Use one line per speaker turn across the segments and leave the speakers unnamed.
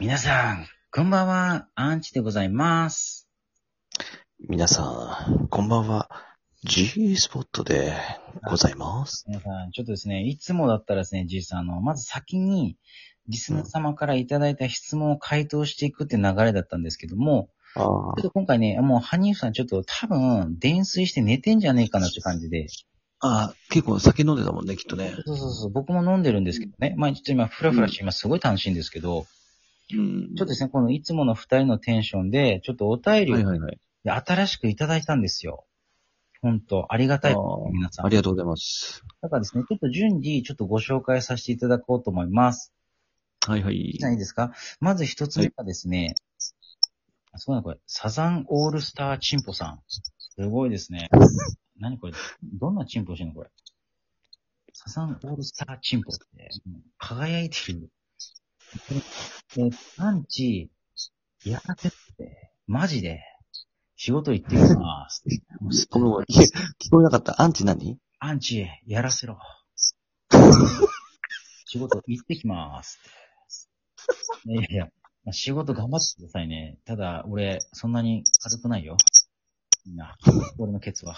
皆さん、こんばんは、アンチでございます。
皆さん、こんばんは。G スポットでございます。
皆さん、ちょっとですね、いつもだったらですね、じいさん、あの、まず先に、リスナー様からいただいた質問を回答していくって流れだったんですけども、
あ
ち
あ
ょっと今回ね、もう、ハニーフさん、ちょっと多分、泥酔して寝てんじゃねえかなって感じで、
あ、結構酒飲んでたもんね、きっとね。
そうそうそう、僕も飲んでるんですけどね、まあ、ちょっと今、フラフラして、今、すごい楽しいんですけど、
う
ちょ
ん
っとですね、このいつもの二人のテンションで、ちょっとお便り
はい
を
はいはい。
新しくいただいたんですよ。本当ありがたい。
あ
皆さん
ああ。りがとうございます。
だからですね、ちょっと順次、ちょっとご紹介させていただこうと思います。
はいはい
じゃ。あいいですかまず一つ目がですね、あそうだこれ、サザンオールスターチンポさん。すごいですね。何これどんなチンポしてんのこれ。サザンオールスターチンポって、うん輝いてる。え、パンチ、やらせって、マジで、仕事行ってきます。
ごめんごめん、聞聞こえなかった。アンチ何
アンチ、やらせろ。仕事行ってきますって。いやいや、まあ、仕事頑張ってくださいね。ただ、俺、そんなに軽くないよ。みんな、俺のケツは。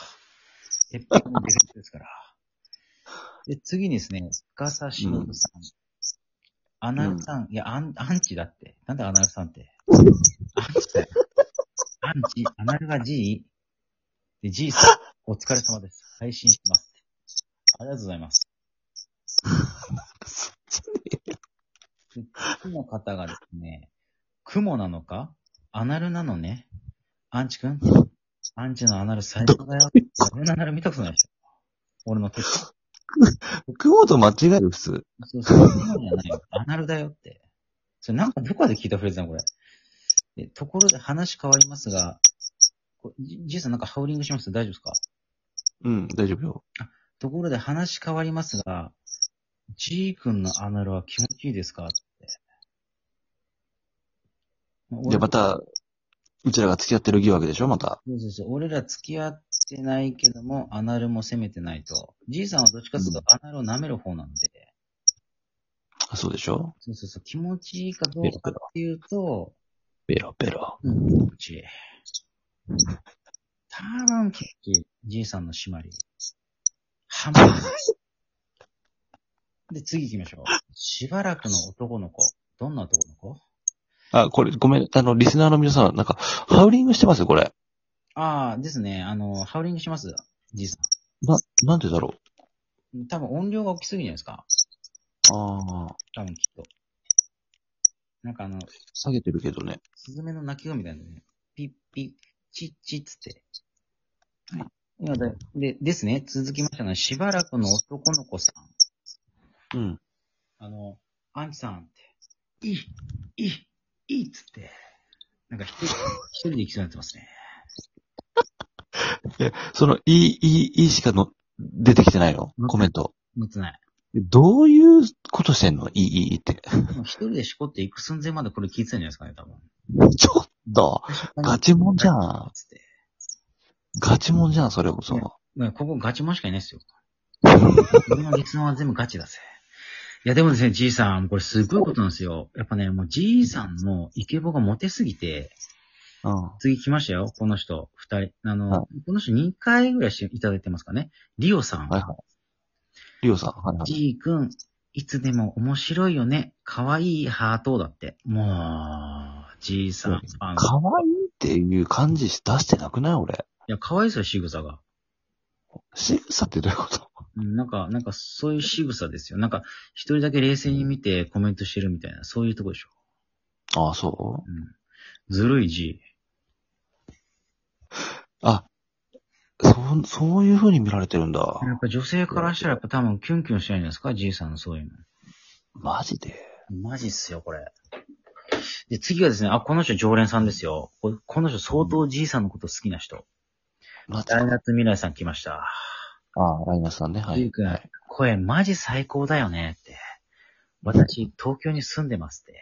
鉄壁のデフェンスですから。で、次にですね、司しのぶさん。アナルさん、いや、アン、アンチだって。なんでアナルさんって。アンチだよ。アンチ、アナルが G。で、G さん、お疲れ様です。配信します。ありがとうございます。次の方がですね、雲なのかアナルなのね。アンチくんアンチのアナル最高だよ。俺のアナル見たことないでしょ。俺の手。そ
雲と間違える、普通。
うそう、雲じゃないよ。アナルだよって。それなんかどこかで聞いたフレーズだな、これ。でところで話変わりますが、こじじいさんなんかハウリングしました大丈夫ですか
うん、大丈夫よ。
ところで話変わりますが、G 君のアナルは気持ちいいですかって。
じゃあまた、うちらが付き合ってる疑惑でしょ、また。
そうそうそう。俺ら付き合ってないけども、アナルも攻めてないと。じいさんはどっちかというと、アナルを舐める方なんで。
あそうでしょ
そうそうそう。気持ちいいかどうかっていうと、
ベロベロ。
うん、気持ちいい。多分結構、じいさんの締まり。ハマる。で、次行きましょう。しばらくの男の子。どんな男の子
あ、これ、ごめん、あの、リスナーの皆さん、なんか、ハウリングしてますこれ。
ああ、ですね。あの、ハウリングします。じいさ
な、なんでだろ
ん。多分音量が大きすぎじゃないですか。
う。ああ、
多分きっと。なんかあの、
下げてるけどね。
スズメの鳴き声みたいなね。ピッピッ、チッチッつって。
はい
今だで、ですね。続きましての、しばらくの男の子さん。
うん。
あの、アンチさんって、いい、いい、いいっつって。なんか一人、一人で行きそうになってますね。
その、いい、いい、いいしかの、出てきてないのコメント。
乗ってない。
どういうことしてんのいい、いい、いいって。
でも一人でしこって行く寸前までこれ聞いてたんじゃないですかね、多分。
ちょっと、ガチもんじゃん。
つって。
ガチもんじゃん、それこそ。
まあここガチもんしかいないですよ。俺の月のは全部ガチだぜ。いや、でもですね、じいさん、これすごいことなんですよ。やっぱね、もうじいさんのイケボがモテすぎて、
うん。
次来ましたよ、この人、二人。あの、
は
この人2回ぐらいしていただいてますかね。リオさん。
はいはい。リオさん、はいはい。
じいくん、いつでも面白いよね。かわいいハートだって。もう、じいさん、あの、い
可愛いっていう感じ出してなくない俺。
や、かわいいですよ、仕草が。
仕草ってどういうこと
うんなんか、なんか、そういう仕草ですよ。なんか、一人だけ冷静に見てコメントしてるみたいな、そういうとこでしょ。
ああ、そう
ずるいじ。
あ、そ、そういう風に見られてるんだ。
やっぱ女性からしたらやっぱ多分キュンキュンしてないんじゃないですかじいさんのそういう
マジで。
の。マジっすよ、これ。で、次はですね、あ、この人常連さんですよ。ここの人相当じいさんのこと好きな人。
まず、
大夏未来さん来ました。
ああ、ライナスさんね。は
ゆう
い。
くん
はい
声マジ最高だよねって。私、東京に住んでますって。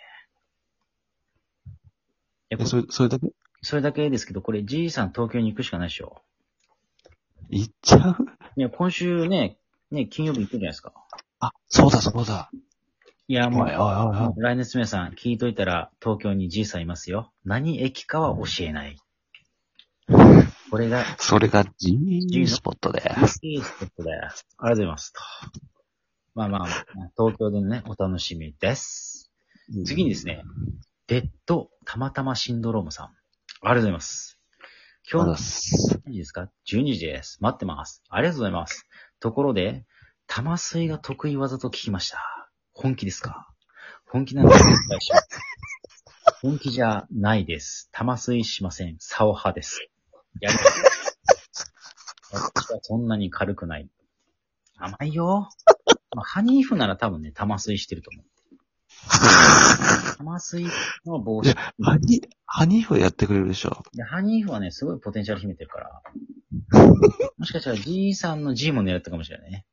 いや
え、
こ
それ、それだけ
それだけですけど、これじいさん東京に行くしかないでしょ。
言っちゃう
いや、今週ね、ね、金曜日行くじゃないですか。
あ、そうだそうだ。
いや、
おいお
も、
いうおいおい。
来年娘さん聞いといたら東京にじいさんいますよ。何駅かは教えない。これが、
それが G スポットで。
いいスポットです。ありがとうございます。とまあまあ、東京でのね、お楽しみです。次にですね、デッドたまたまシンドロームさん。ありがとうございます。
あり
今
がとうござい
日
ま
の
す。
何時ですか ?12 時です。待ってます。ありがとうございます。ところで、玉水が得意技と聞きました。本気ですか本気なんです。お願いします。本気じゃないです。玉水しません。竿派です。やります。私はそんなに軽くない。甘いよ。まあ、ハニーフなら多分ね、玉水してると思う。玉水の帽
い
子
や。ハニー、ハニーフやってくれるでしょ。
で、ハニーフはね、すごいポテンシャル秘めてるから。 もしかしたら G さんの G も狙ったかもしれないね。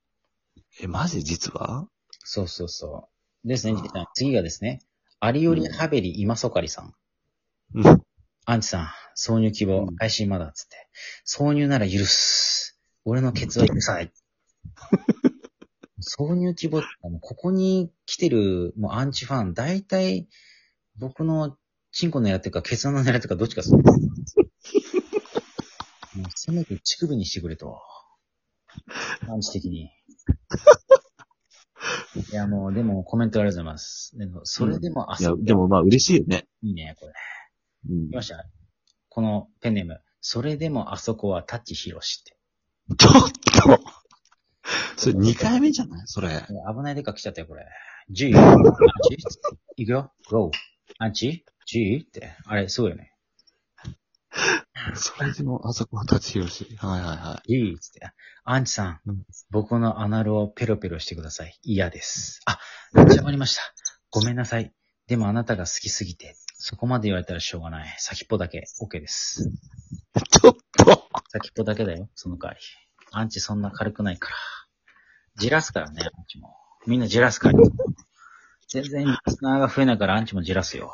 え、マジ実は
そうそうそう。ですね、G さん。次がですね、アリオリハベリ今ソカリさん。
うん。
アンチさん、挿入希望
うん、
配信まだっつって。挿入なら許す。俺のケツは許さない。挿入希望ってのは、ここに来てる、もうアンチファン、大体、僕のチンコ狙ってるか、ケツ穴狙ってるか、どっちかする。もうせめて乳首にしてくれと。アンチ的に。いや、もう、でも、コメントありがとうございます。でもそれでも、あ、
いや、でもまあ嬉しいよね。
いいね、これ。
うん
いましたこのペンネーム。それでもあそこはタッチヒロシって。
ちょっとそれ2回目じゃないそれ。
いや危ないでか来ちゃったよ、これ。G? アンチいくよ ?Go! アンチ ?G? って。あれ、すごいよね。
それでも、あそこは立ち寄るし。はいはいは
G? つって。アンチさん、
うん
僕のアナルをペロペロしてください。嫌です。あ、邪魔りました。ごめんなさい。でもあなたが好きすぎて、そこまで言われたらしょうがない。先っぽだけ、OK です。
い。ちょっと
先っぽだけだよ、その代わり。アンチそんな軽くないから。じらすからね、アンチも。みんなじらすから。全然リスナーが増えないからアンチもじらすよ。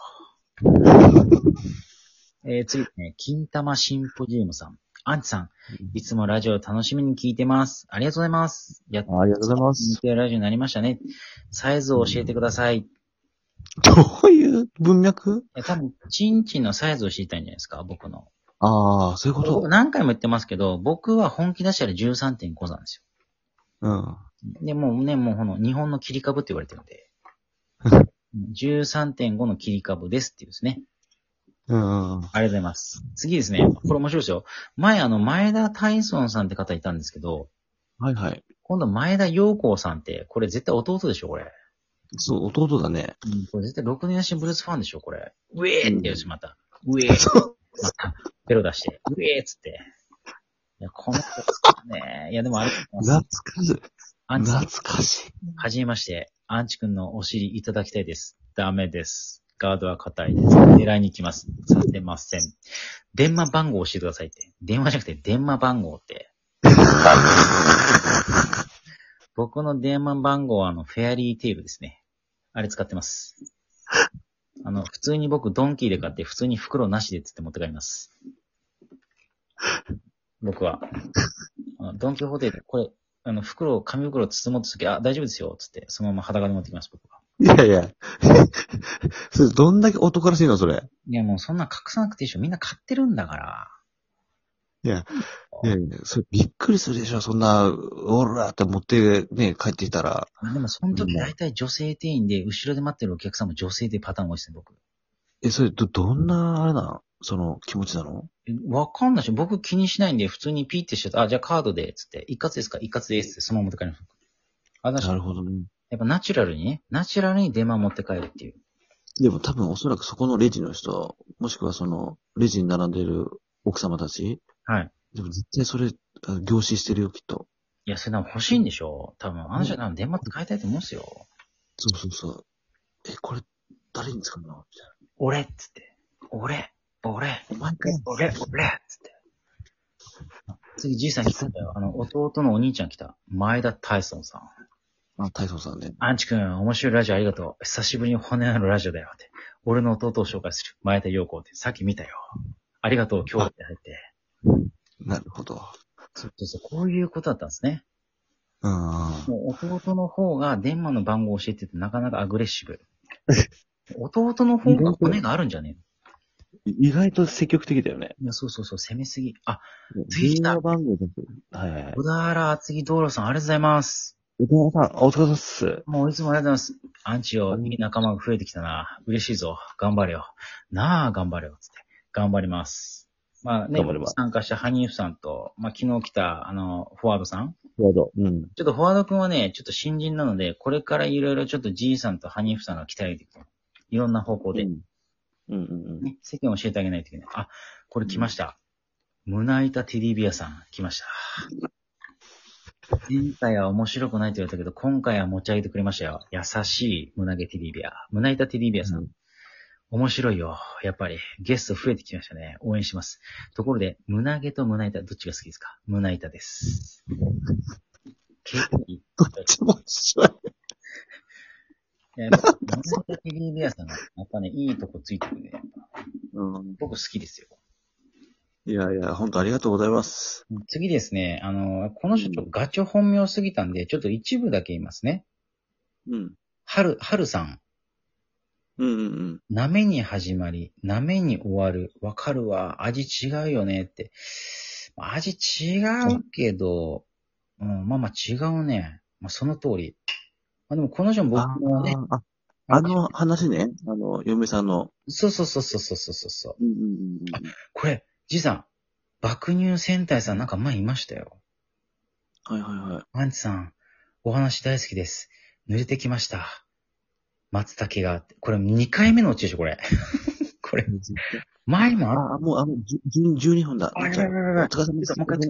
えー、次ね、金玉シンポジウムさん。アンチさん、いつもラジオ楽しみに聞いてます。ありがとうございます。やっと
ありがとうございま
見。てラジオになりましたね。サイズを教えてください。
どういう文脈
え多分、チンチンのサイズを知りたいんじゃないですか、僕の。
ああ、そういうこ
僕
と。
何回も言ってますけど、僕は本気出したら13.5なんですよ。
うん。
で、もうね、もうこの日本の切り株って言われてるん で。13.5の切り株ですっていうですね。
うん。
ありがとうございます。次ですね。これ面白いですよ。前あの、前田大孫さんって方いたんですけど、
はいはい。
今度前田陽光さんって、これ絶対弟でしょ、これ。
そう、弟だね。
うん、これ絶対6年足ブルースファンでしょ、これ。ウェーって言うし、また。ウ ェー。また、ペロ出して、ウェーっつって。いや、この人ね。いや、でもあれ、
懐かしい。
アンチさん
懐かしい。
はじめまして、アンチ君のお尻いただきたいです。ダメです。ガードは硬いです。狙いに行きます。させません。電話番号を教えてくださいって。電話じゃなくて電話番号って。僕の電話番号はあの、フェアリーテールですね。あれ使ってます。あの、普通に僕ドンキーで買って、普通に袋なしでっつって持って帰ります。僕は。あのドンキホーテで、これ、あの、袋を、紙袋を包もうとした時、あ、大丈夫ですよ、つって、そのまま裸で持ってきます、僕は。
いやいや。それ、どんだけ男らしいのそれ。
いや、もうそんな隠さなくていいでしょ。みんな買ってるんだから。
いやいや、それびっくりするでしょ。そんな、おらーって持ってね、帰ってきたら。
でも、その時
うん
大体女性店員で、後ろで待ってるお客さんも女性でパターン多いですね、僕。
え、それ、ど、どんな、あれなのその気持ちなの
えわかんないし、僕気にしないんで、普通にピーってしてた。あ、じゃあカードで、つって、一括ですか一括ですって、そのまま持って帰ります。あ、だし
なるほどね。
やっぱナチュラルにね、ナチュラルに電話持って帰るっていう。
でも多分おそらくそこのレジの人、もしくはその、レジに並んでる奥様たち、
はい。
でも絶対それ、あ凝視してるよ、きっと。
いや、それなんか欲しいんでしょ多分、あの人は多分電話使いたいと思うんすよ。
そうそうそう。え、これ、誰に使うのみたい
俺っつって。俺、俺、
な。お前かよ。
俺、俺っつって。次、じいさん来たんだよ。あの、弟のお兄ちゃん来た。前田大孫さん。
あ、大層さんね。
アンチ君、面白いラジオありがとう。久しぶりに骨あるラジオだよって。俺の弟を紹介する。前田陽子って。さっき見たよ。ありがとう、今日って入って。
なるほど。
そうそうそう、こういうことだったんですね。
うん。
もう弟の方が電話の番号を教えててなかなかアグレッシブ。弟の方が骨があるんじゃね
意外と積極的だよね。
えいや、そうそうそう、攻めすぎ。あ、ツイッ
電
ター
話番号だと。はいはいはい。
小田原厚木道路さん、ありがとうございます。
小田原さん、お疲れ様っす。
もういつもありがとうございます。アンチよ、いい仲間が増えてきたな。嬉しいぞ。頑張れよ。なあ、頑張れよ。つって。頑張ります。まあね
頑張りま、す
参加したハニーフさんと、まあ昨日来た、あの、フォワードさん。
フォワード。うん。
ちょっとフォワード君はね、ちょっと新人なので、これからいろいろちょっと G さんとハニーフさんが鍛えていくと。いろんな方向で、
う
ね
んうんうん
世間を教えてあげないといけない。あ、これ来ました。胸板テディビアさん、来ました。前回は面白くないと言われたけど、今回は持ち上げてくれましたよ。優しい胸毛テディビア。胸板テディビアさん。
うん
面白いよ。やっぱり、ゲスト増えてきましたね。応援します。ところで、胸毛と胸板、どっちが好きですか胸板です。ケーキ
うん。面白い。
いや、やっぱ、胸板 TV ベアさんが、やっぱね、いいとこついてくるね。
うん。
僕好きですよ。
いやいや、本当ありがとうございます。
次ですね、あの、この人ちょっとガチョ本名すぎたんで、ちょっと一部だけ言いますね。
うん。
はる、はるさん。
うんうん
なめに始まり、なめに終わる。わかるわ。味違うよねって。味違うけど、うん、まあまあ違うね。まあその通り。まあでもこの人も
うん。
僕もね、
あ、あの話ね。あの、嫁さんの。
そうそうそうそうそうそうそう。
うんうんうん。
これ、じいさん、爆乳戦隊さんなんか前いましたよ。
はいはいはい。
アンチさん、お話大好きです。濡れてきました。松茸があって。これ2回目のうちでしょ、これ。 これ、前もあっ
あ、もう、あ、もう、12分だ。
あやばいやばいやばい
お疲れ様です。
もう一回